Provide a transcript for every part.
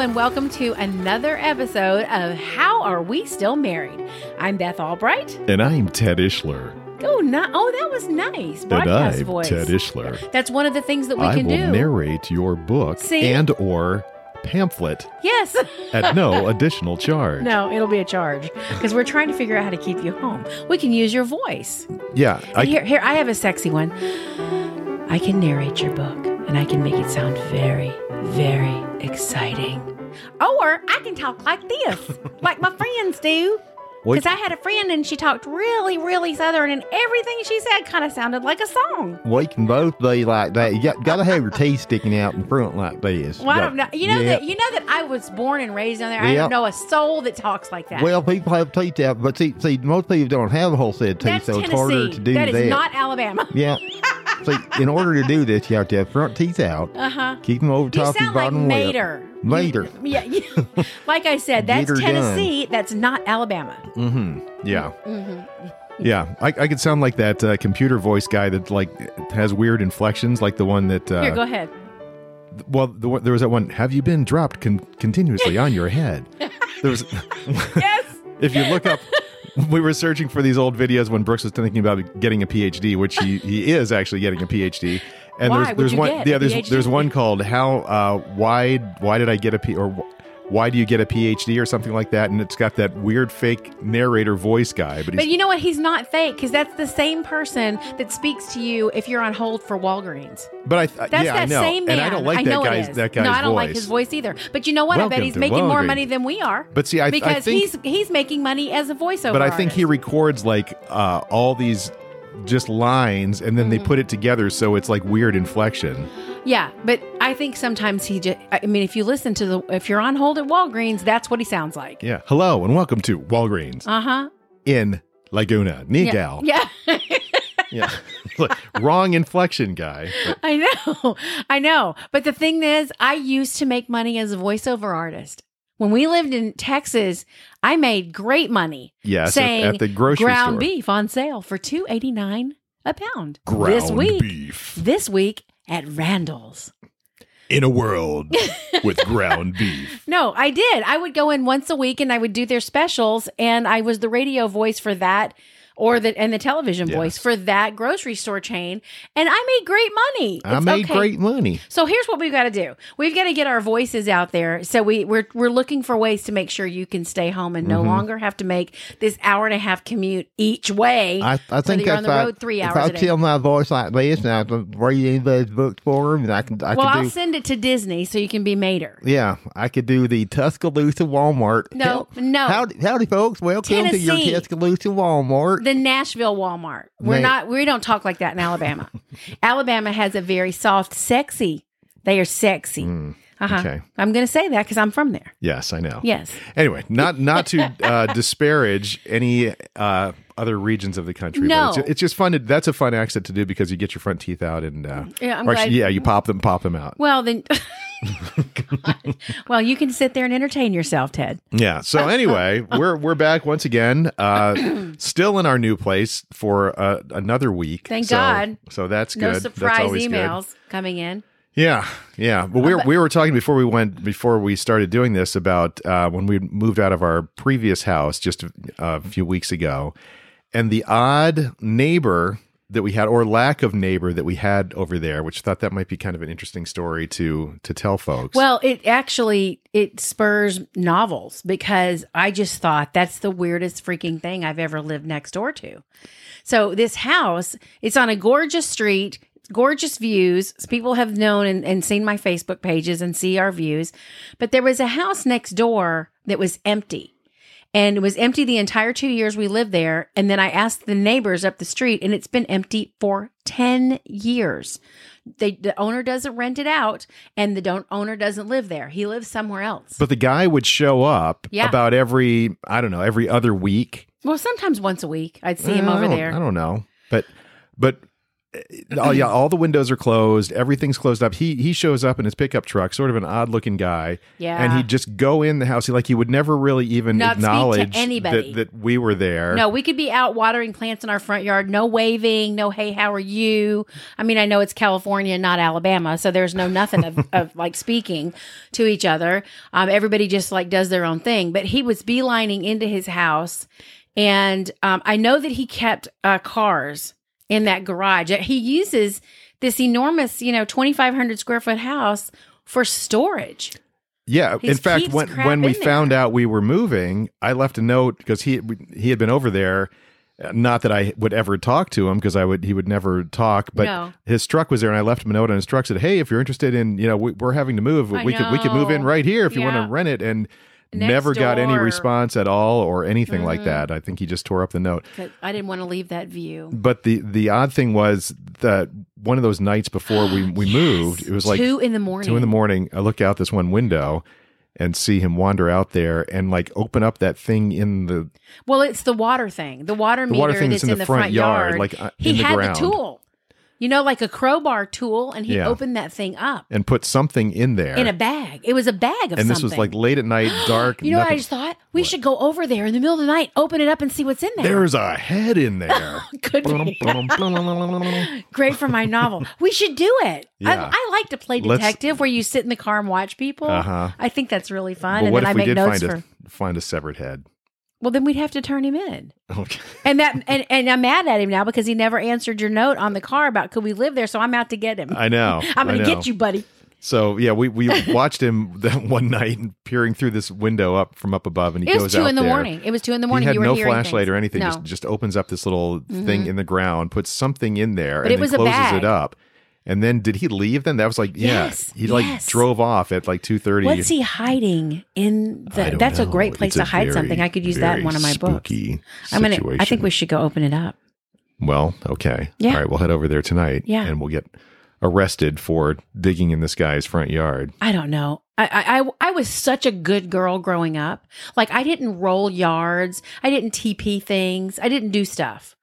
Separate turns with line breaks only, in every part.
and welcome to another episode of How Are We Still Married? I'm Beth Albright.
And I'm Ted Ishler.
Oh, not, oh that was nice.
And
Broadcast
I'm
voice.
Ted Ishler.
That's one of the things that we
I
can
will
do.
narrate your book
See?
and or pamphlet
yes.
at no additional charge.
No, it'll be a charge because we're trying to figure out how to keep you home. We can use your voice.
Yeah, I,
here, here, I have a sexy one. I can narrate your book and I can make it sound very, very exciting. Or I can talk like this, like my friends do.
Wait.
Because I had a friend and she talked really, really southern, and everything she said kind of sounded like a song.
We can both be like that. You got, gotta have your teeth sticking out in front like this.
Well, I don't know. You know
Yeah.
that you know that I was born and raised down there. I
Yeah.
don't know a soul that talks like that.
Well, people have teeth out, but see, see, most people don't have a whole set of teeth,
that's
so
Tennessee.
it's harder to do
that
that.
is not Alabama.
yeah. see, in order to do this, you have to have front teeth out.
Uh huh.
Keep them over
You sound
top of your
like
bottom lip.
Mater.
Mater.
Yeah, you- like I said, that's
Get her done.
Tennessee. That's not Alabama.
mm-hmm. Yeah.
Mm-hmm.
Yeah, I, I could sound like that uh, computer voice guy that like has weird inflections, like the one that. Uh,
Here, go ahead.
Well, the, one- there was that one. Have you been dropped con- continuously on your head? There was.
Yes.
if you look up we were searching for these old videos when brooks was thinking about getting a phd which he, he is actually getting a phd and
Why
there's
would
there's
you
one
get
yeah
a
there's
PhD?
there's one called how uh why why did i get a p or "Wh- why do you get a phd or something like that and it's got that weird fake narrator voice guy but
But
he's
you know what? He's not fake because that's the same person that speaks to you if you're on hold for Walgreens.
but i th-
That's
yeah
that
i know
same man.
and i don't like
know
that
it
guy's
is.
that guy's
No, I don't
voice
like his voice either. But you know what? I bet
Welcome
he's
to
making more
Walgreens.
money than we are.
But see, I- I
because
think-
he's he's making money as a voiceover.
but i think he
artist.
records like uh all these just lines and then
Mm-hmm.
they put it together so it's like weird inflection
yeah. But I think sometimes he just. I mean, if you listen to the if you're on hold at Walgreens, that's what he sounds like.
yeah hello and welcome to walgreens
Uh huh.
in Laguna, Nigel.
Yeah.
Yeah. Look, Wrong inflection guy. But
I know. I know. But the thing is, I used to make money as a voiceover artist. When we lived in Texas, I made great money
yes, at-
saying
at the grocery
ground
store.
beef on sale for two eighty nine a pound.
Ground
this week.
beef
This week at Randall's.
in a world with ground beef.
No, I did. I would go in once a week and I would do their specials and I was the radio voice for that or the and the television voice
Yes.
for that grocery store chain and I made great money.
I
It's
made
okay.
great money.
So here's what we've got to do. We've got to get our voices out there. So we we're we're looking for ways to make sure you can stay home and no
Mm-hmm.
longer have to make this hour and a half commute each way.
I, I
Whether
think
you're
that's
on
if
the
I,
road three
if
hours
I
a day.
tell my voice like this and I can read anybody's book for them, and I can, I
well,
could
I'll
do,
send it to Disney so you can be mater.
yeah, I could do the Tuscaloosa Walmart.
No,
Hell-
no.
Howdy, howdy, folks. Welcome to
Oh. Tennessee.
your Tuscaloosa Walmart.
The Nashville Walmart. We're
Man.
not. We don't talk like that in Alabama. Alabama has a very soft, sexy. They are sexy.
Mm,
uh-huh.
okay.
I'm going to say that because I'm from there.
Yes, I know.
Yes.
Anyway, not not to uh, disparage any uh, other regions of the country.
No.
But it's, it's just fun. To, that's a fun accent to do because you get your front teeth out and uh,
Yeah, I'm
or actually,
glad-
yeah, you pop them, pop them out.
Well then. God. Well, you can sit there and entertain yourself, Ted.
Yeah. So anyway, we're we're back once again, uh, still in our new place for uh, another week.
Thank
So-
God.
So that's
No
good. that's
surprise
always
emails coming in.
Good. Yeah, yeah. But we were, we were talking before we went before we started doing this about uh, when we moved out of our previous house just a, a few weeks ago, and the odd neighbor that we had or lack of neighbor that we had over there, which thought that might be kind of an interesting story to to tell folks.
Well, it actually it spurs novels because I just thought that's the weirdest freaking thing I've ever lived next door to. So this house, it's on a gorgeous street, gorgeous views. People have known and, and seen my Facebook pages and see our views. But there was a house next door that was empty. And it was empty the entire two years we lived there. And then I asked the neighbors up the street, and it's been empty for 10 years. They, the owner doesn't rent it out, and the don't, owner doesn't live there. He lives somewhere else.
But the guy would show up
Yeah.
about every, I don't know, every other week.
well, sometimes once a week, I'd see him
Oh, I
over
don't-
there.
I don't know. But but oh yeah, all the windows are closed. Everything's closed up. He he shows up in his pickup truck, sort of an odd looking guy,
Yeah.
and he'd just go in the house. He like he would never really even
Not speak to
acknowledge
anybody.
that that we were there.
No, we could be out watering plants in our front yard. No waving. No, hey, how are you? I mean, I know it's California, not Alabama, so there's no nothing of, of like speaking to each other. Um, everybody just like does their own thing. But he was beelining into his house, and um, I know that he kept uh, cars in that garage. He uses this enormous, you know, 2,500 square foot house for storage.
Yeah,
He
in fact,
keeps
when
crap
when we
in there.
found out we were moving, I left a note because he he had been over there. Uh, Not that I would ever talk to him because I would he would never talk, but
No.
his truck was there, and I left him a note on his truck said, "Hey, if you're interested in you know we, we're having to move,
I
we could we could move in
know.
right here if you
Yeah.
want to rent it." And
Next
never got any
door.
response at all or anything like
Mhm.
that. I think he just tore up the note.
'Cause I didn't want to leave that view.
But the the odd thing was that one of those nights before we we moved, it was like
two in the morning.
two in the morning i look out this one window and see him wander out there and like open up that thing in the
Well, it's the water thing. The water
the
meter
water thing
that's in the, front, yard.
like uh,
he
in the
had
ground
the tool, you know, like a crowbar tool, and he
Yeah.
opened that thing up
and put something in there
in a bag. It was a bag of
and
something.
this was like late at night dark
you know what I
nothing-
just thought? We should go over there in the middle of the night, open it up, and see what's in there.
there's a head in there
Could be
Blum-blum-blum-blum-blum-blum.
great for my novel. we should do it.
Yeah.
I, I like to play
Let's-
detective where you sit in the car and watch people.
uh-huh
I think that's really fun.
but
and
what
then I
if we
make
did
notes
find
for.
a find a severed head
Well, then we'd have to turn him in.
okay
And that and, and I'm mad at him now because he never answered your note on the car about could we live there, so I'm out to get him.
i know
I'm gonna
I know.
get you, buddy.
so yeah we we watched him that one night peering through this window up from up above and he
It
goes
was two
out
in the
there.
morning. It was two in the morning.
He had
you were
no
hearing
flashlight
things.
or anything.
No. Mm-hmm.
Just just opens up this little thing in the ground, puts something in there,
But
and
it
then
was a
closes
bag.
it up. And then did he leave? Then that was like yeah,
Yes,
he like
yes.
drove off at like two thirty.
What's he hiding in
I
the?
don't
That's a
know.
great place
It's
to
a
hide
very,
something. I could use that in
very
one of my books.
spooky
I'm gonna. I think
situation.
we should go open it up.
Well, okay.
Yeah.
All right, we'll head over there tonight.
Yeah.
and we'll get arrested for digging in this guy's front yard.
I don't know. I, I I- I was such a good girl growing up. Like I didn't roll yards. I didn't TP things. I didn't do stuff.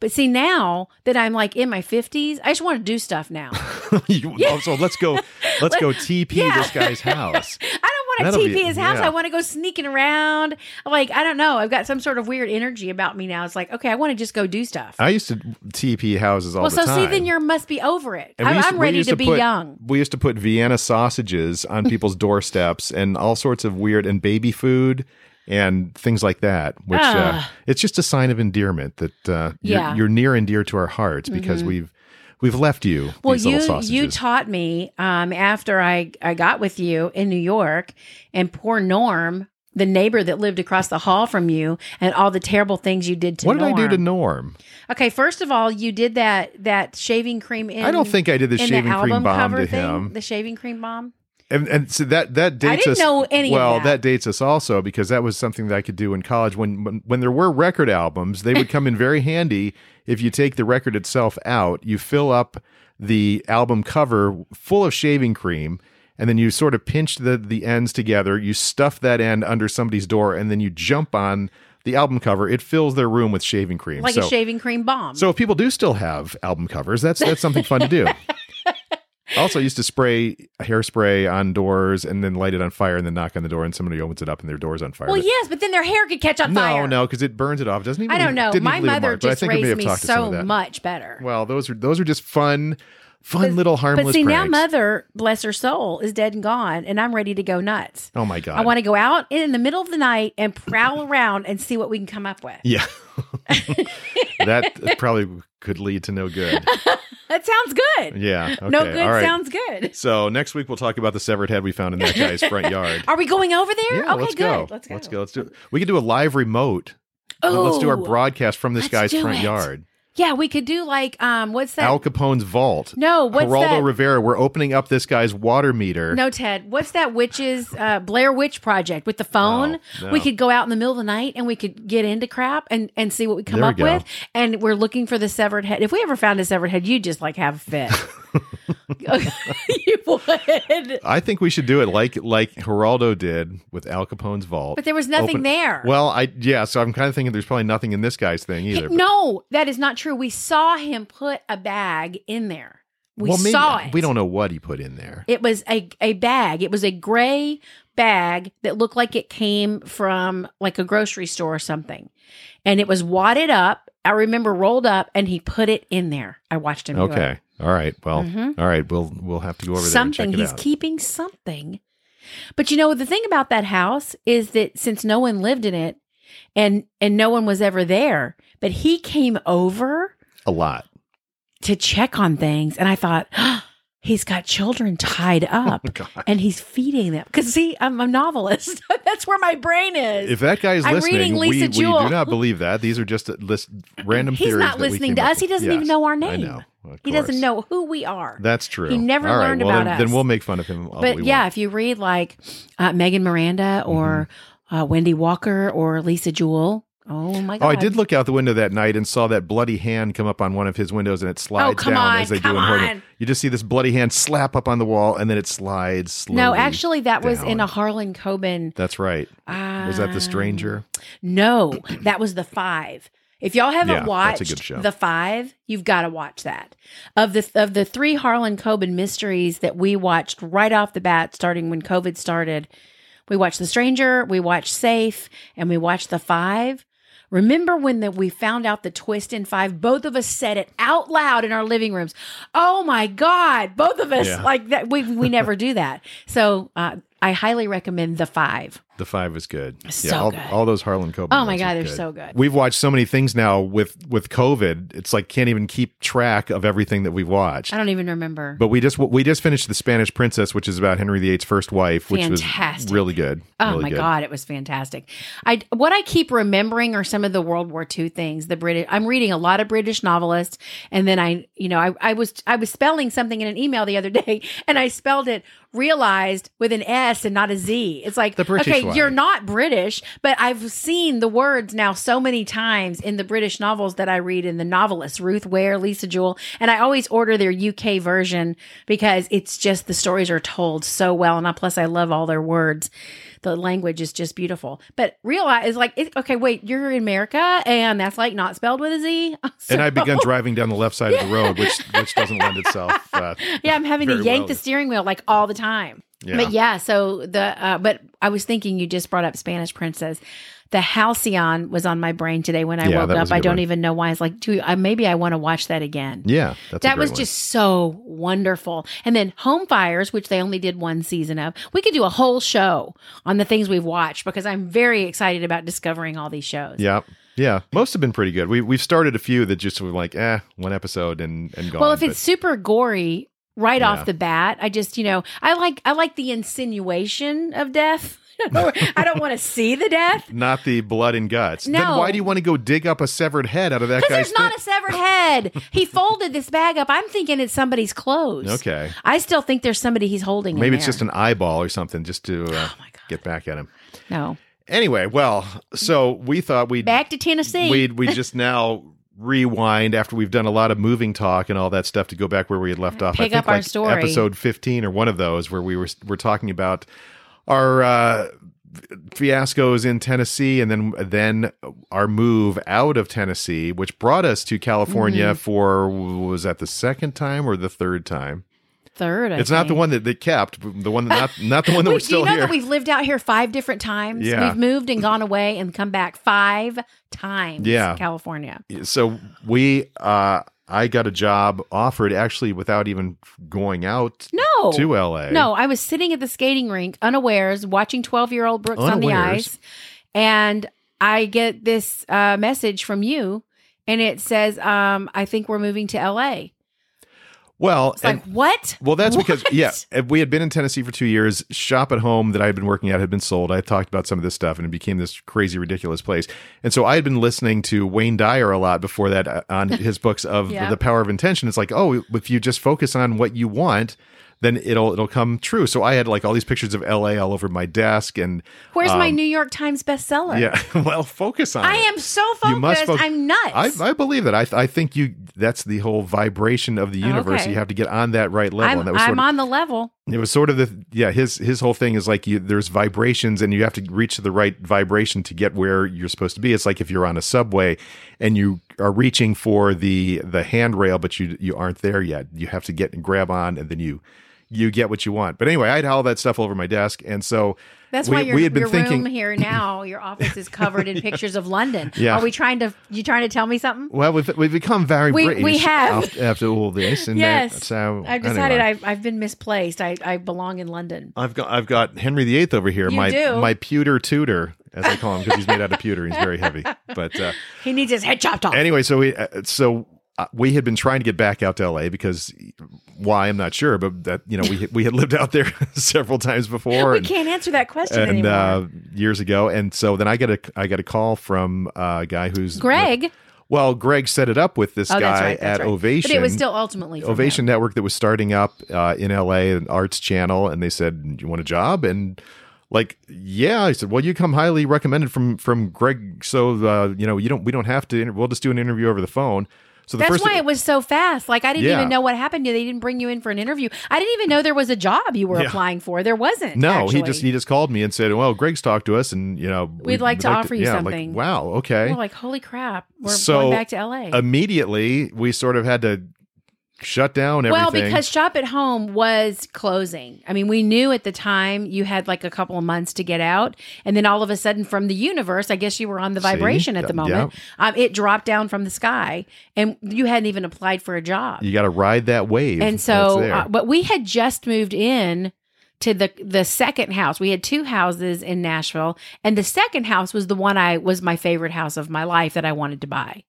But see now that I'm like in my 50s, I just want to do stuff now.
You- oh, so let's go. Let's go TP
yeah.
this guy's house.
I don't want to
That'll
TP
be-
his house.
yeah.
I want to go sneaking around. Like, I don't know. I've got some sort of weird energy about me now. It's like, okay, I want to just go do stuff.
I used to TP houses all
well,
the
so
time.
see, then you must be over it.
And we
I,
used to-
I'm
we
ready
used
to, be
put-
young.
We used to put Vienna sausages on people's doorsteps and all sorts of weird and baby food and things like that. Which uh,
Ah.
it's just a sign of endearment that uh, you're,
Yeah. Mm-hmm.
you're near and dear to our hearts because we've we've left you
Well,
these little
you
sausages.
you taught me um, after I I got with you in New York, and poor Norm, the neighbor that lived across the hall from you, and all the terrible things you did to
what did I do to
Norm.
Norm?
Okay, first of all, you did that that shaving cream. In,
I don't think I did the
in
shaving
the album
cream bomb
cover
to
thing,
him.
The shaving cream bomb.
And, and so that that dates
didn't
us.
know any of
well,
that.
dates us also because that was something that I could do in college when when, when there were record albums. They would come in very handy if you take the record itself out, you fill up the album cover full of shaving cream. And then you sort of pinch the, the ends together. You stuff that end under somebody's door, and then you jump on the album cover. It fills their room with shaving cream.
like
so,
a shaving cream bomb.
so if people do still have album covers, that's that's something fun to do. Also, I used to spray hairspray on doors and then light it on fire and then knock on the door and somebody opens it up and their door's on fire.
well,
But-
yes, but then their hair could catch on
no,
fire.
no, because it burns it off. Doesn't even.
I don't know.
didn't
My
even leave a
mother
mark, but I
just
think I may
raised
have
me
talked to some of
so
that.
much better.
Well, those are those are just fun, fun little harmless.
but see, now
pranks.
mother, bless her soul, is dead and gone, and I'm ready to go nuts.
Oh my god.
I want to go out in the middle of the night and prowl around and see what we can come up with.
yeah. that probably could lead to no good.
That sounds good.
Yeah. Okay.
No good
All right.
sounds good.
so next week we'll talk about the severed head we found in that guy's front yard.
Are we going over there?
Yeah,
okay,
let's
good.
go.
Let's go.
Let's go. Let's do it. We could do a live remote.
Oh,
let's do our broadcast from this
let's
guy's
do
front
it.
yard.
Yeah, we could do like um, what's that?
Al Capone's vault.
no, what's
Geraldo
that?
Rivera. We're opening up this guy's water meter.
No, Ted. What's that witch's uh, Blair Witch project with the phone?
Oh, no.
We could go out in the middle of the night and we could get into crap and and see what we come
There we
up
go.
with. And we're looking for the severed head. If we ever found a severed head, you just like have a fit. you would.
I think we should do it like like Geraldo did with Al Capone's vault.
But there was nothing
Open-
there.
Well, I yeah, so I'm kind of thinking there's probably nothing in this guy's thing
He-
either. but-
no, that is not true. We saw him put a bag in there. We
well, maybe,
saw it.
We don't know what he put in there.
It was a a bag. It was a gray bag that looked like it came from like a grocery store or something, and it was wadded up. I remember rolled up, and he put it in there. I watched him. do it.
okay. All right. Well,
Mhm.
all right. We'll we'll have to go over there
something.
and check it
He's
out.
keeping something. But you know the thing about that house is that since no one lived in it, and and no one was ever there, but he came over
a lot.
to check on things, and I thought. He's got children tied up.
God.
and he's feeding them. Because see, I'm a novelist. That's where my brain is.
If that guy is
I'm
listening,
reading
we, we
Lisa
do
Jewell.
not believe that. These are just uh, list random
He's
theories.
not
that we
listening
came
to
up
us. He
with.
doesn't even know our
I
name.
know. Of
he doesn't
course.
know who we are.
That's true.
He never
All right,
learned
well,
about
then, Then
us.
we'll make fun of him. all
but
we
yeah,
want.
if you read like uh, Megan Miranda or uh, Wendy Walker or Lisa Jewell, oh my god!
Mm-hmm. Oh, I did look out the window that night and saw that bloody hand come up on one of his windows and it slides
Oh, come
down
on,
as they
come
do in Horton.
on.
You just see this bloody hand slap up on the wall and then it slides slowly.
No, actually, that was in
down.
a Harlan Coben.
That's right. Was that
um,
The Stranger?
No, that was the five. If y'all haven't
Yeah,
watched
that's a good show.
the five, you've got to watch that. Of the of the three Harlan Coben mysteries that we watched right off the bat, starting when COVID started, we watched The Stranger, we watched Safe, and we watched the five. Remember when that we found out the twist in five? Both of us said it out loud in our living rooms. Oh my god! Both of us
Yeah.
like that. We we never do that. So uh, I highly recommend the five.
The Five is good.
So
all,
good.
all those Harlan Coben.
Oh my
ones are
god, they're so good.
We've watched so many things now with with COVID. It's like can't even keep track of everything that we've watched.
I don't even remember.
But we just we just finished The Spanish Princess, which is about Henry VIII's first wife, which was
Fantastic.
really good.
Oh
really
my
good.
god, it was fantastic. I what I keep remembering are some of the World War II things. The British I'm reading a lot of British novelists and then I, you know, I, I was I was spelling something in an email the other day and I spelled it realized with an S and not a Z. It's like
The British
okay,
way.
you're not British, but I've seen the words now so many times in the British novels that I read in the novelists, Ruth Ware, Lisa Jewell, and I always order their UK version because it's just the stories are told so well. And I, plus, I love all their words. The language is just beautiful. But realize, like, it, okay, wait, you're in America, and that's like not spelled with a Z.
and
So-
I've begun driving down the left side of the road, which which doesn't lend itself. Uh,
yeah, I'm having to
very
yank
well.
the steering wheel like all the time.
Yeah.
But yeah, so the uh, but I was thinking you just brought up Spanish princess. The Halcyon was on my brain today when I
Yeah,
woke
that was
up.
a
I
good
don't
one.
even know why. It's like, do I, maybe I want to watch that again.
yeah, that's a
that
great
was
one.
just so wonderful. And then Home Fires, which they only did one season of. We could do a whole show on the things we've watched because I'm very excited about discovering all these shows.
yeah, yeah. Most have been pretty good. We we've started a few that just were like eh, one episode and and gone.
Well, if
but-
it's super gory right
Yeah.
off the bat, I just you know I like I like the insinuation of death. I don't want to see the death
not the blood and guts, then
No.
why do you want to go dig up a severed head out of that
because
guy's?
there's not a severed head. He folded this bag up. I'm thinking it's somebody's clothes.
thing? okay,
I still think there's somebody he's holding. in
maybe it's
there.
just an eyeball or something, just to uh,
Oh my God.
get back at him.
no.
Anyway, well, so we thought we'd
Back to Tennessee.
we we just now rewind after we've done a lot of moving talk and all that stuff to go back where we had left off.
Pick up our
like
story.
episode fifteen or one of those where we were we're talking about our uh, fiascos in Tennessee and then then our move out of Tennessee, which brought us to California
Mm-hmm.
for was that the second time or the third time?
Third. I
it's not the
think.
one that they kept, but the one that not not the one that
We-
we're
do you
still
know
here.
that we've lived out here five different times?
Yeah.
We've moved and gone away and come back five times.
Yeah.
California.
so we uh I got a job offered actually without even going out
No.
to LA.
No, I was sitting at the skating rink, unawares, watching 12 year old Brooks on the
Unawares?
ice. And I get this uh, message from you, and it says, um, I think we're moving to LA.
Well,
It's
and,
like, what?
well, that's because
What?
yeah, and we had been in Tennessee for two years. Shop at home that I had been working at had been sold. I talked about some of this stuff, and it became this crazy, ridiculous place. And so I had been listening to Wayne Dyer a lot before that uh, on his books of
Yeah.
the power of intention. It's like, oh, if you just focus on what you want. Then it'll it'll come true. So I had like all these pictures of L.A. all over my desk, and
Where's my
um,
New York Times bestseller?
yeah. well, focus on.
I
it.
am so focused.
focus-
I'm nuts.
I, I believe that. I, th- I think you that's the whole vibration of the universe.
Okay.
You have to get on that right level.
I'm,
and that was
I'm
sort of,
on the level.
it was sort of the yeah his his whole thing is like you there's vibrations and you have to reach the right vibration to get where you're supposed to be it's like if you're on a subway and you are reaching for the the handrail but you you aren't there yet you have to get and grab on and then you you get what you want but anyway i had all that stuff over my desk and so
That's
we,
why your,
we had been
your
thinking
room here now, your office is covered in pictures of London.
Yeah.
Are we trying to? You trying to tell me something?
well we've, we've become very
We- we
british
have.
af- after all this and that-
Yes.
so
I've decided
anyway.
I've, I've been misplaced. I, I belong in London.
I've got I've got Henry VIII over here.
You
my
do.
my pewter tutor, as I call him, because he's made out of pewter. He's very heavy. But uh,
He needs his head chopped off.
anyway, so we uh, so uh, we had been trying to get back out to LA because why I'm not sure, but that you know we we had lived out there several times before.
we
and-
can't answer that question
and
anymore.
uh, years ago, and so then I get a I get a call from uh, a guy who's
Greg.
well, Greg set it up with this
oh,
guy
that's right. That's
at
right.
Ovation.
But it was still ultimately from
Ovation
him.
Network that was starting up uh, in LA, an arts channel, and they said, "You want a job?" And like, yeah, I said, "Well, you come highly recommended from from Greg, so uh, you know you don't we don't have to. Inter- we'll just do an interview over the phone." So the
That's
first
why it was so fast. Like I didn't
Yeah.
even know what happened. to you. They didn't bring you in for an interview. I didn't even know there was a job you were
Yeah.
applying for. There wasn't.
no, he
actually.
just he just called me and said, "Well, Greg's talked to us, and you know
We'd like to offer you
yeah,
something.
Like, wow, okay.
We're like, holy crap, we're
So, uh,
going back to LA.
Immediately, we sort of had to shut down everything.
Well, because Shop at Home was closing. I mean, we knew at the time you had like a couple of months to get out. And then all of a sudden, from the universe, I guess you were on the
See?
vibration at the
Yeah.
moment, um, it dropped down from the sky and you hadn't even applied for a job.
you got to ride that wave,
and
that's
so,
there.
uh, but we had just moved in to the the second house. We had two houses in Nashville, and the second house was the one I was my favorite house of my life that I wanted to buy.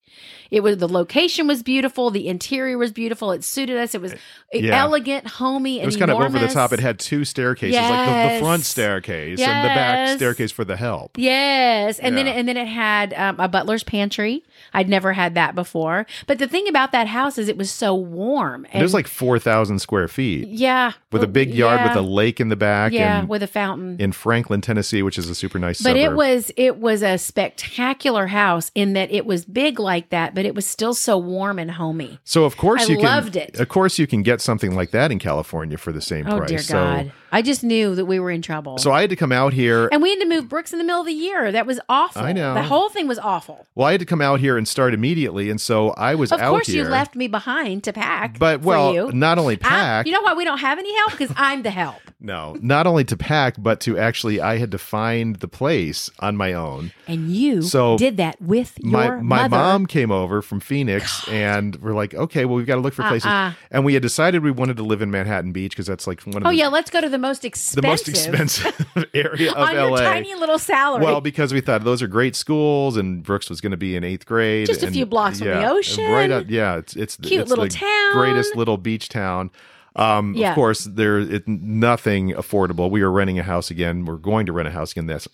It was the location was beautiful, the interior was beautiful, it suited us. It was
Uh, Yeah.
elegant, homey, and
It was kind of over the top.
enormous.
It had two staircases, like the, the front
Yes.
staircase and the back
Yes.
staircase for the help.
Yes, and
Yeah.
then and then it had um, a butler's pantry. I'd never had that before. But the thing about that house is it was so warm.
And it was like 4,000 square feet
yeah,
with a big yard with
yeah.
a lake in the back
yeah
and
with a fountain.
in Franklin, Tennessee, which is a super nice
But
suburb.
it was it was a spectacular house in that it was big like that, but it was still so warm and homey.
so of course
I
you can
loved it.
of course you can get something like that in California for the same
Oh
price.
dear
so
God! I just knew that we were in trouble.
so I had to come out here
and we had to move Brooks in the middle of the year. That was awful.
I know.
The whole thing was awful.
well I had to come out here and start immediately and so I was
Of
out
course,
here.
you left me behind to pack.
but
for
well,
you.
not only
I-
pack,
you know why we don't have any help? Because I'm the help.
no, not only to pack, but to actually I had to find the place on my own.
And you
So,
did that with your
my my
mother.
mom came over from Phoenix and we're like, okay, well we've got to look for places,
Uh-uh.
and we had decided we wanted to live in Manhattan Beach because that's like one of
Oh
the,
yeah, let's go to the most
the
expensive,
most expensive area of
on
LA.
your tiny little salary.
well, because we thought those are great schools, and Brooks was going to be in eighth grade,
Just a
and-
few blocks from the
yeah, and
ocean.
Right up, yeah, it's it's
Cute
it's
little
the
town.
greatest little beach town. Um,
Yeah.
Of course, there it, nothing affordable. We were renting a house again. We're going to rent a house again. That's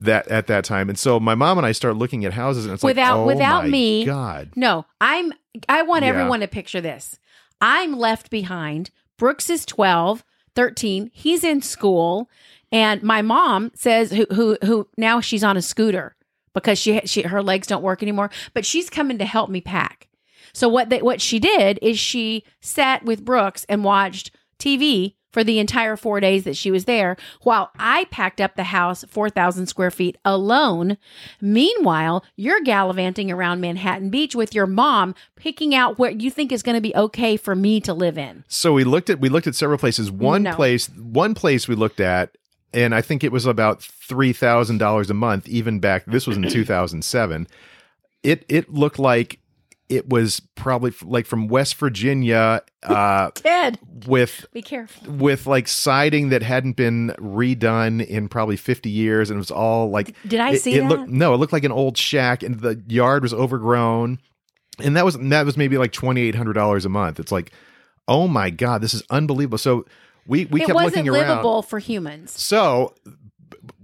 that at that time, and so my mom and I start looking at houses, and it's
Without-
like, oh
without
my
me.
God,
No, I'm I want
Yeah.
everyone to picture this. I'm left behind. Brooks is 12, 13. He's in school and my mom says who who who now she's on a scooter because she she her legs don't work anymore, but she's coming to help me pack. So what they, what she did is she sat with Brooks and watched TV for the entire 4 days that she was there while I packed up the house 4000 square feet alone Meanwhile, you're gallivanting around Manhattan Beach with your mom, picking out what you think is going to be okay for me to live in.
So we looked at we looked at several places. One
No.
place one place we looked at, and I think it was about three thousand dollars a month, even back this was in two thousand seven. It it looked like it was probably f- like from West Virginia, uh,
Ted,
with
be careful.
with like siding that hadn't been redone in probably 50 years and it was all like
Did I
it,
see
it
that?
looked no it looked like an old shack and the yard was overgrown and that was that was maybe like $2800 a month it's like oh my god this is unbelievable so we we
it
kept
wasn't
looking around
livable for humans.
so b-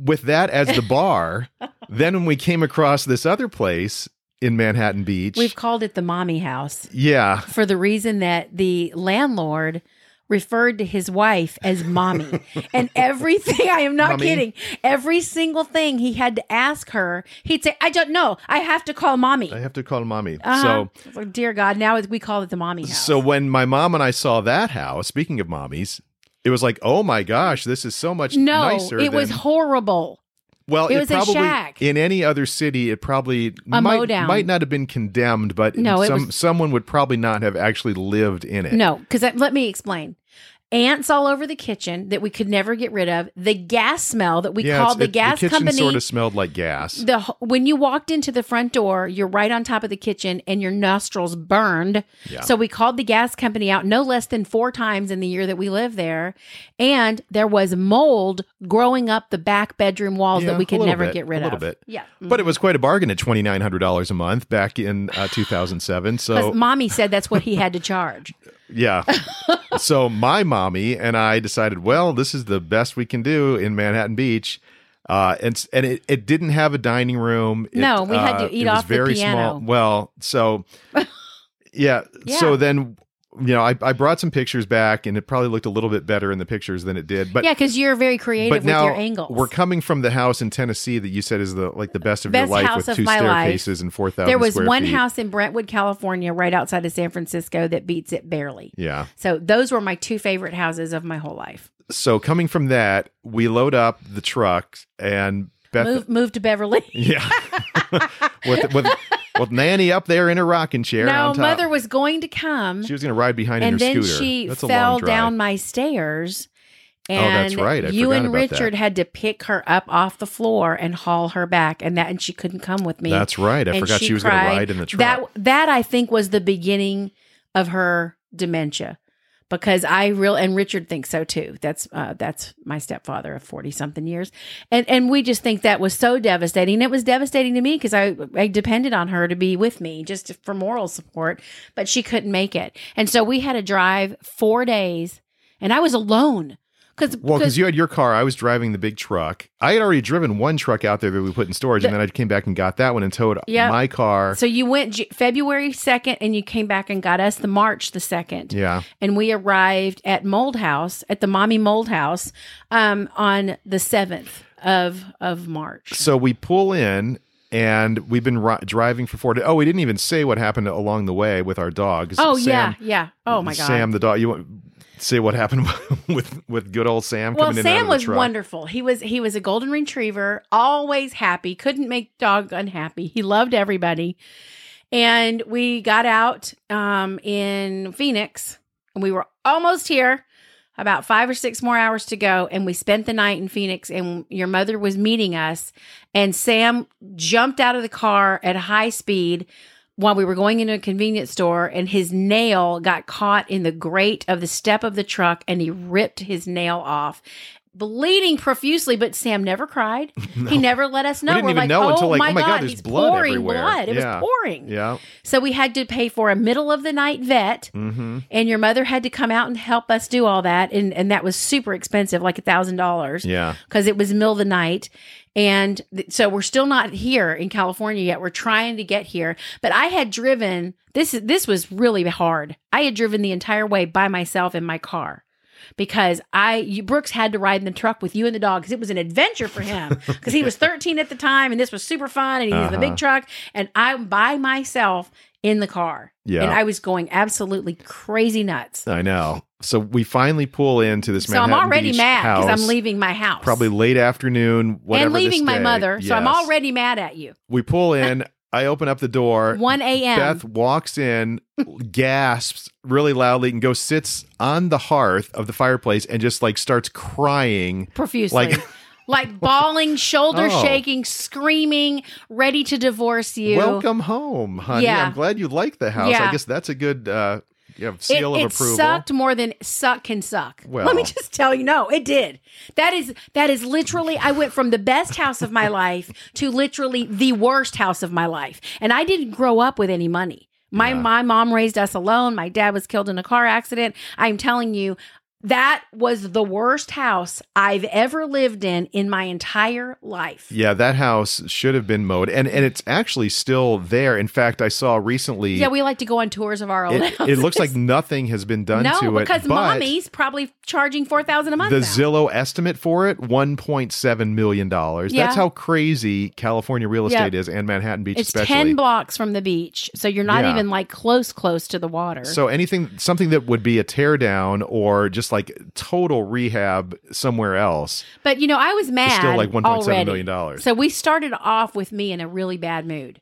with that as the bar then when we came across this other place in Manhattan Beach
We've called it the mommy house
yeah
for the reason that the landlord referred to his wife as mommy. and everything, I am not
Mommy.
kidding, every single thing he had to ask her, he'd say, I don't know. I have to call mommy.
I have to call mommy.
Uh-huh.
So
It's like, dear God, now we call it the mommy house.
so when my mom and I saw that house, speaking of mommies, it was like, oh my gosh, this is so much
no,
nicer.
it was
than-
horrible.
well,
it was a
probably
shack.
in any other city, it probably
A
might,
mow-down.
might not have been condemned, but
No, it
some,
was-
someone would probably not have actually lived in it.
No, because let me explain. Ants all over the kitchen that we could never get rid of. The gas smell that we
yeah,
called
it's-
the
it-
gas
kitchen
company.
Sort of smelled like gas.
the h- when you walked into the front door, you're right on top of the kitchen, and your nostrils burned.
Yeah.
So we called the gas company out no less than four times in the year that we lived there, and there was mold growing up the back bedroom walls
Yeah,
that we
a
could
little
never
bit,
get rid
a little
of.
bit.
Yeah,
But it was quite a bargain at twenty nine hundred dollars a month back in uh, two thousand seven.
because
So
mommy said that's what he had to charge.
yeah, so my mommy and I decided, well, this is the best we can do in Manhattan Beach, uh, and s- and it, it didn't have a dining room. It,
No, we had to
uh,
eat
it was
off the piano.
Well, so yeah,
Yeah.
so then you know I, I brought some pictures back, and it probably looked a little bit better in the pictures than it did, but.
yeah, because you're very
But
creative with
now
your angles.
we're coming from the house in Tennessee that you said is the like the best of
Best
your life
house
with
of
two
my life.
staircases and four thousand.
there was
square
one
feet.
house in Brentwood, California, right outside of San Francisco, that beats it barely.
Yeah.
So those were my two favorite houses of my whole life.
So coming from that, we load up the truck and Beth.
Move, moved to Beverly.
Yeah. with with with Nanny up there in her rocking chair.
No,
on top.
mother was going to come,
She was going to ride behind
and
in her
then
scooter.
she
That's a
fell
long drive. Oh,
down my stairs. And
that's right. I
you
forgot
and
about that.
Richard had to pick her up off the floor and haul her back, and that and she couldn't come with me.
That's right. I
And
forgot she, was going
cried.
to ride in the truck.
That that I think was the beginning of her dementia, because I real and Richard thinks so too. That's uh, that's my stepfather of forty something years, and and we just think that was so devastating. It was devastating to me because I I depended on her to be with me just for moral support, but she couldn't make it, and so we had to drive four days, and I was alone. Cause,
well,
'cause-
because you had your car, I was driving the big truck. I had already driven one truck out there that we put in storage, and then I came back and got that one and towed
Yep.
my car.
so you went J- February second, and you came back and got us the March the second.
yeah,
and we arrived at Mold House at the Mommy Mold House um, on the seventh of of March.
So we pull in and we've been ri- driving for four days. Oh, we didn't even say what happened along the way with our dogs.
Oh
Sam-
yeah, yeah. Oh my god.
Sam the dog. You want say what happened with with good old Sam
well,
coming in and out
Sam
of the
was
truck?
wonderful. He was he was a golden retriever, always happy. Couldn't make dog unhappy. He loved everybody. And we got out um, in Phoenix, and we were almost here. About five or six more hours to go, and we spent the night in Phoenix. And your mother was meeting us, and Sam jumped out of the car at high speed while we were going into a convenience store and his nail got caught in the grate of the step of the truck and he ripped his nail off bleeding profusely but sam never cried he never let us know
didn't
are
even
like
know
oh,
until, like,
my
oh my God, there's
he's
blood
pouring
everywhere."
blood it
Yeah.
was pouring
Yeah.
so we had to pay for a middle of the night vet
Mm-hmm.
and your mother had to come out and help us do all that and, and that was super expensive like a thousand dollars
Yeah.
because it was middle of the night. And th- so we're still not here in California yet. We're trying to get here. But I had driven this is this was really hard. I had driven the entire way by myself in my car because I you, Brooks had to ride in the truck with you and the dog because it was an adventure for him because he was 13 at the time and this was super fun and he was in the
Uh-huh.
big truck and I'm by myself in the car.
Yeah.
And I was going absolutely crazy nuts.
I know. So we finally pull into this.
So
Manhattan
I'm already
Beach
mad because
house,
I'm leaving my house.
Probably late afternoon. Whatever
and leaving
this
my
day.
mother. So I'm
Yes.
already mad at you.
We pull in. I open up the door.
1 a.m.
Beth walks in, gasps really loudly, and goes sits on the hearth of the fireplace and just like starts crying.
profusely.
like-
Like, bawling, shoulder
Oh.
shaking, screaming, ready to divorce you.
Welcome home, honey.
Yeah.
I'm glad you like the house. I
Yeah.
guess that's a good uh, you know,
It,
seal
it
of approval.
sucked more than suck can suck.
Well.
Let me just tell you, no, it did. That is that is literally. I went from the best house of my life to literally the worst house of my life, and I didn't grow up with any money. My my mom raised us alone. My dad was killed in a car accident. I'm telling you, That was the worst house I've ever lived in in my entire life.
Yeah, that house should have been mowed, and and it's actually still there. In fact, I saw recently.
Yeah, we like to go on tours of our old
it,
house.
it looks like nothing has been done
no,
to it.
because
but
mommy's probably charging four thousand a month.
the
now.
Zillow estimate for it, one point seven million dollars.
Yeah.
That's how crazy California real
Yeah.
estate is, and Manhattan Beach
It's ten
especially.
blocks from the beach, so you're not
Yeah.
even like close, close to the water.
So anything, something that would be a teardown or just like total rehab somewhere else,
but you know, I was mad.
is still like one point seven
already.
million dollars.
So we started off with me in a really bad mood.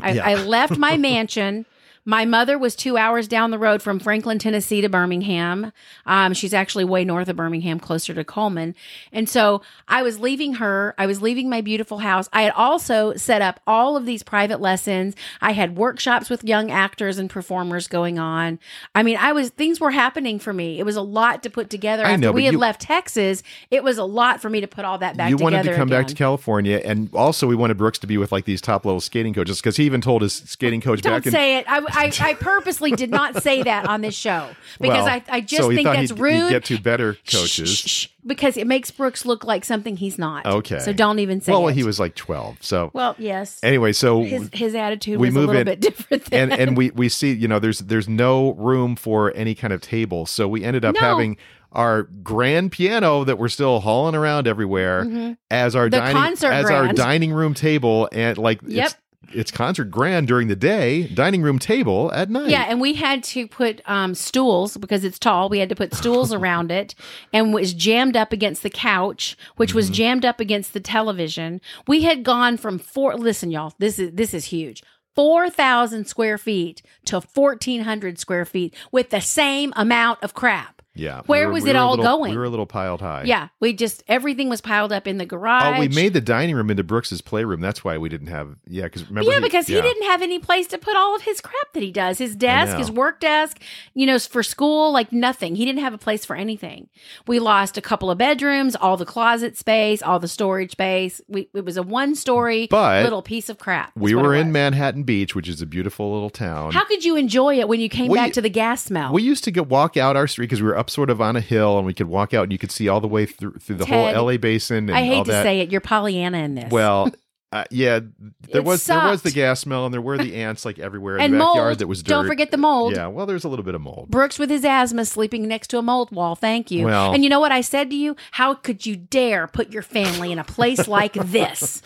I,
Yeah.
I left my mansion. My mother was two hours down the road from Franklin, Tennessee to Birmingham. Um, she's actually way north of Birmingham, closer to Coleman. And so I was leaving her. I was leaving my beautiful house. I had also set up all of these private lessons. I had workshops with young actors and performers going on. I mean, I was, things were happening for me. It was a lot to put together.
I
After
know,
we
but
had
you-
left Texas, it was a lot for me to put all that back
you
together.
wanted to come back
again.
to California, and also we wanted Brooks to be with like these top level skating coaches because he even told his skating coach
Don't
back in
say it. I, I, I purposely did not say that on this show because
well,
I, I just
so he
think
thought
that's
he'd,
rude.
He'd get to better
Shh,
coaches.
shh, shh, because it makes Brooks look like something he's not.
Okay.
So don't even say
well,
it.
he was like twelve, so
Well, yes.
anyway, so
his his attitude
we
was a
move
little
in-
bit different than
and and we we see you know there's there's no room for any kind of table so we ended up
No.
having our grand piano that we're still hauling around everywhere as our
Mm-hmm. The
dining
concert
as our
grand.
dining room table and like
Yep.
it's, it's concert grand during the day dining room table at night
Yeah, and we had to put um, stools because it's tall. We had to put stools around it, and was jammed up against the couch, which
Mm-hmm.
was jammed up against the television. We had gone from four. Listen, y'all, this is this is huge. Four thousand square feet to fourteen hundred square feet with the same amount of crap.
yeah
Where
were-
was
we
it
were a
all
little-
going?
we were a little piled high
Yeah, we just everything was piled up in the garage.
Oh, we made the dining room into Brooks's playroom. That's why we didn't have, yeah, because remember,
Yeah, because he
yeah.
didn't have any place to put all of his crap that he does his desk,
know.
his work desk, you know, for school, like nothing. He didn't have a place for anything. We lost a couple of bedrooms, all the closet space, all the storage space. We, it was a one story
But
little piece of crap. is
We
what
were
it
in
was.
Manhattan Beach, which is a beautiful little town.
How could you enjoy it when you came
We-
back to the gas smell?
We used to go walk out our street because we were up sort of on a hill, and we could walk out and you could see all the way through through the
Ted,
whole LA basin. And
I
all
hate to
that.
say it. You're Pollyanna in this.
well, uh, yeah, there
It
was there was
sucked.
the gas smell, and there were the ants like everywhere in
and
the backyard
mold.
that was dirt.
Don't forget the mold.
Yeah, well, there's a little bit of mold.
Brooks with his asthma sleeping next to a mold wall. Thank you.
Well-
and you know what I said to you? How could you dare put your family in a place like this?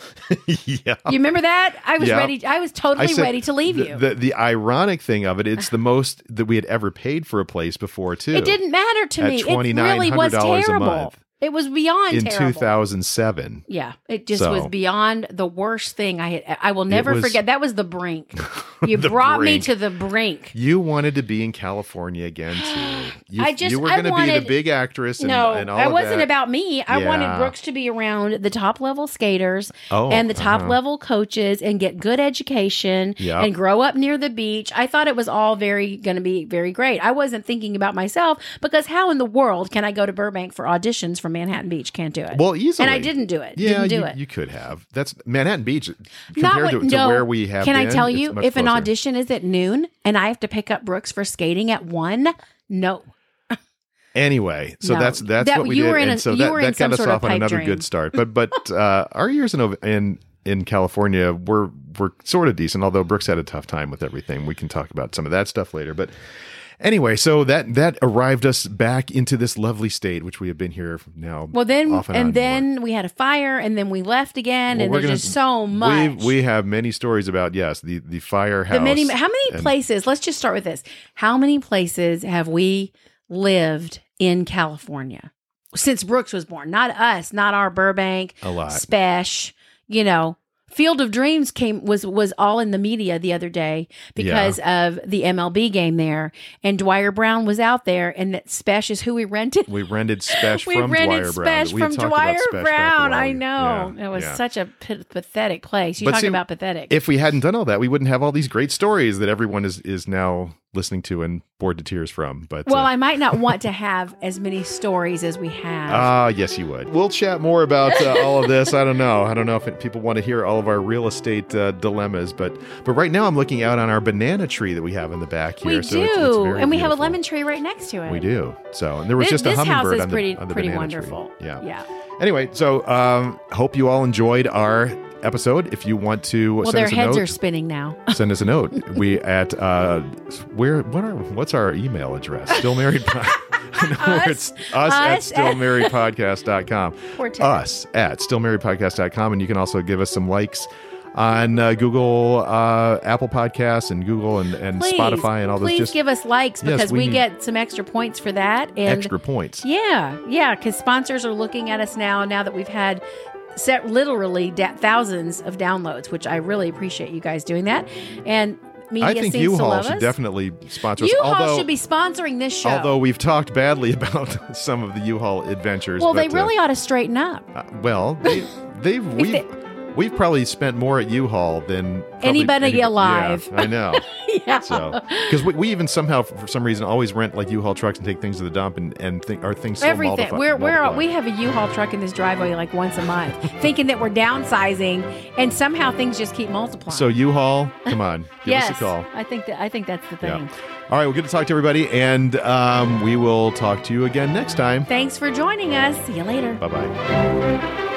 yeah.
You remember that? I was
Yeah.
ready. I was totally
said
ready to leave
the,
you.
The, the ironic thing of it, it's the most that we had ever paid for a place before, too.
it didn't matter to
At
me. It really was
$2,900 a
terrible.
month.
It was beyond
in
terrible.
2007.
Yeah, it just
So-
was beyond the worst thing I had. I will never
was-
forget. That was the brink. You brought
brink.
me to the brink.
You wanted to be in California again too. You,
I just-
you were
I
gonna be the
wanted-
big actress. And,
no,
and all
I
of
wasn't
that.
about me. I
Yeah.
wanted Brooks to be around the top level skaters
Oh,
and the top
uh-huh.
level coaches and get good education
Yeah.
and grow up near the beach. I thought it was all very going to be very great. I wasn't thinking about myself because how in the world can I go to Burbank for auditions from Manhattan Beach? Can't do it.
Well, easily.
and I didn't do it.
Yeah,
didn't do
you,
it.
you could have. That's Manhattan Beach
Not
compared
what-
to, to
no.
where we have.
Can I
been,
tell
it's
you,
much
if an
closer.
audition is at noon and I have to pick up Brooks for skating at one, no.
Anyway, so
No.
that's that's
That-
what we
you
did,
were in
and
a-
so
you
that,
were in
that
some
got us
sort of
off on
pipe
another
dream.
good start. But but uh, our years in Ov- in in California were were sort of decent, although Brooks had a tough time with everything. We can talk about some of that stuff later, but. Anyway, so that that arrived us back into this lovely state, which we have been here now.
Well, then,
off
and,
and, on for.
then we had a fire, and then we left again,
Well,
and
we're
there's
gonna-
just so much.
We we have many stories about yes the the firehouse.
the many how many
and-
places let's just start with this how many places have we lived in california since brooks was born not us not our burbank
A lot.
spesh you know field of dreams came was was all in the media the other day because of the mlb game there and dwyer brown was out there and that spesh is who we rented
We rented Spesh
we
from
rented
Dwyer Brown.
spesh
We had
from
talked about
dwyer
Spesh back a
brown
while.
i know
Yeah,
it was
yeah.
such a p- pathetic place you
But
talk
see,
about pathetic
if we hadn't done all that, we wouldn't have all these great stories that everyone is is now listening to and bored to tears from. But
Well,
uh,
I might not want to have as many stories as we have.
Ah, yes, you would. We'll chat more about uh, all of this. I don't know. I don't know if it- people want to hear all of our real estate uh, dilemmas, but but right now I'm looking out on our banana tree that we have in the back here.
we
so
do,
it's- it's very
and we have a
beautiful.
lemon tree right next to it.
We do. So and there was
This,
just a
this house
hummingbird
is
on the,
pretty,
on the
pretty
banana
wonderful.
tree. Yeah.
yeah.
Anyway, so um, hope you all enjoyed our episode. If you want to
Well,
send
their
us a
heads are
note,
spinning now.
send us a note. We at uh, where? What are? What's our email address? Still married. Pod- no,
Us-
it's us, at
us at-
stillmarriedpodcast.com.
Poor Ted.
us at stillmarriedpodcast.com, and you can also give us some likes on uh, Google, uh, Apple Podcasts, and Google and, and
Please,
Spotify and all those.
Please
Just
give us likes
Yes,
because
we
we,
need-
get some extra points for that. And
extra points.
yeah, yeah, because sponsors are looking at us now. Now that we've had set literally da- thousands of downloads, which I really appreciate you guys doing that. And media
I think
seems to
U-Haul
love
should
us.
definitely sponsor us.
U-Haul
although,
should be sponsoring this show.
although we've talked badly about some of the U-Haul adventures.
well, they
but, uh,
really ought to straighten up.
Uh, well, they, they've we've
they-
we've probably spent more at U-Haul than probably
Anybody alive.
Yeah, I know.
yeah.
So because we, we even somehow for some reason always rent like U-Haul trucks and take things to the dump and and think are things so
Everything.
multifi-
we're we're
multiplied.
we have a U-Haul truck in this driveway like once a month, thinking that we're downsizing, and somehow things just keep multiplying.
so U-Haul, come on, give
yes,
us a call.
I think that I think that's the thing.
Yeah. All right, well, good to talk to everybody, and um, we will talk to you again next time.
Thanks for joining us. See you later.
Bye bye.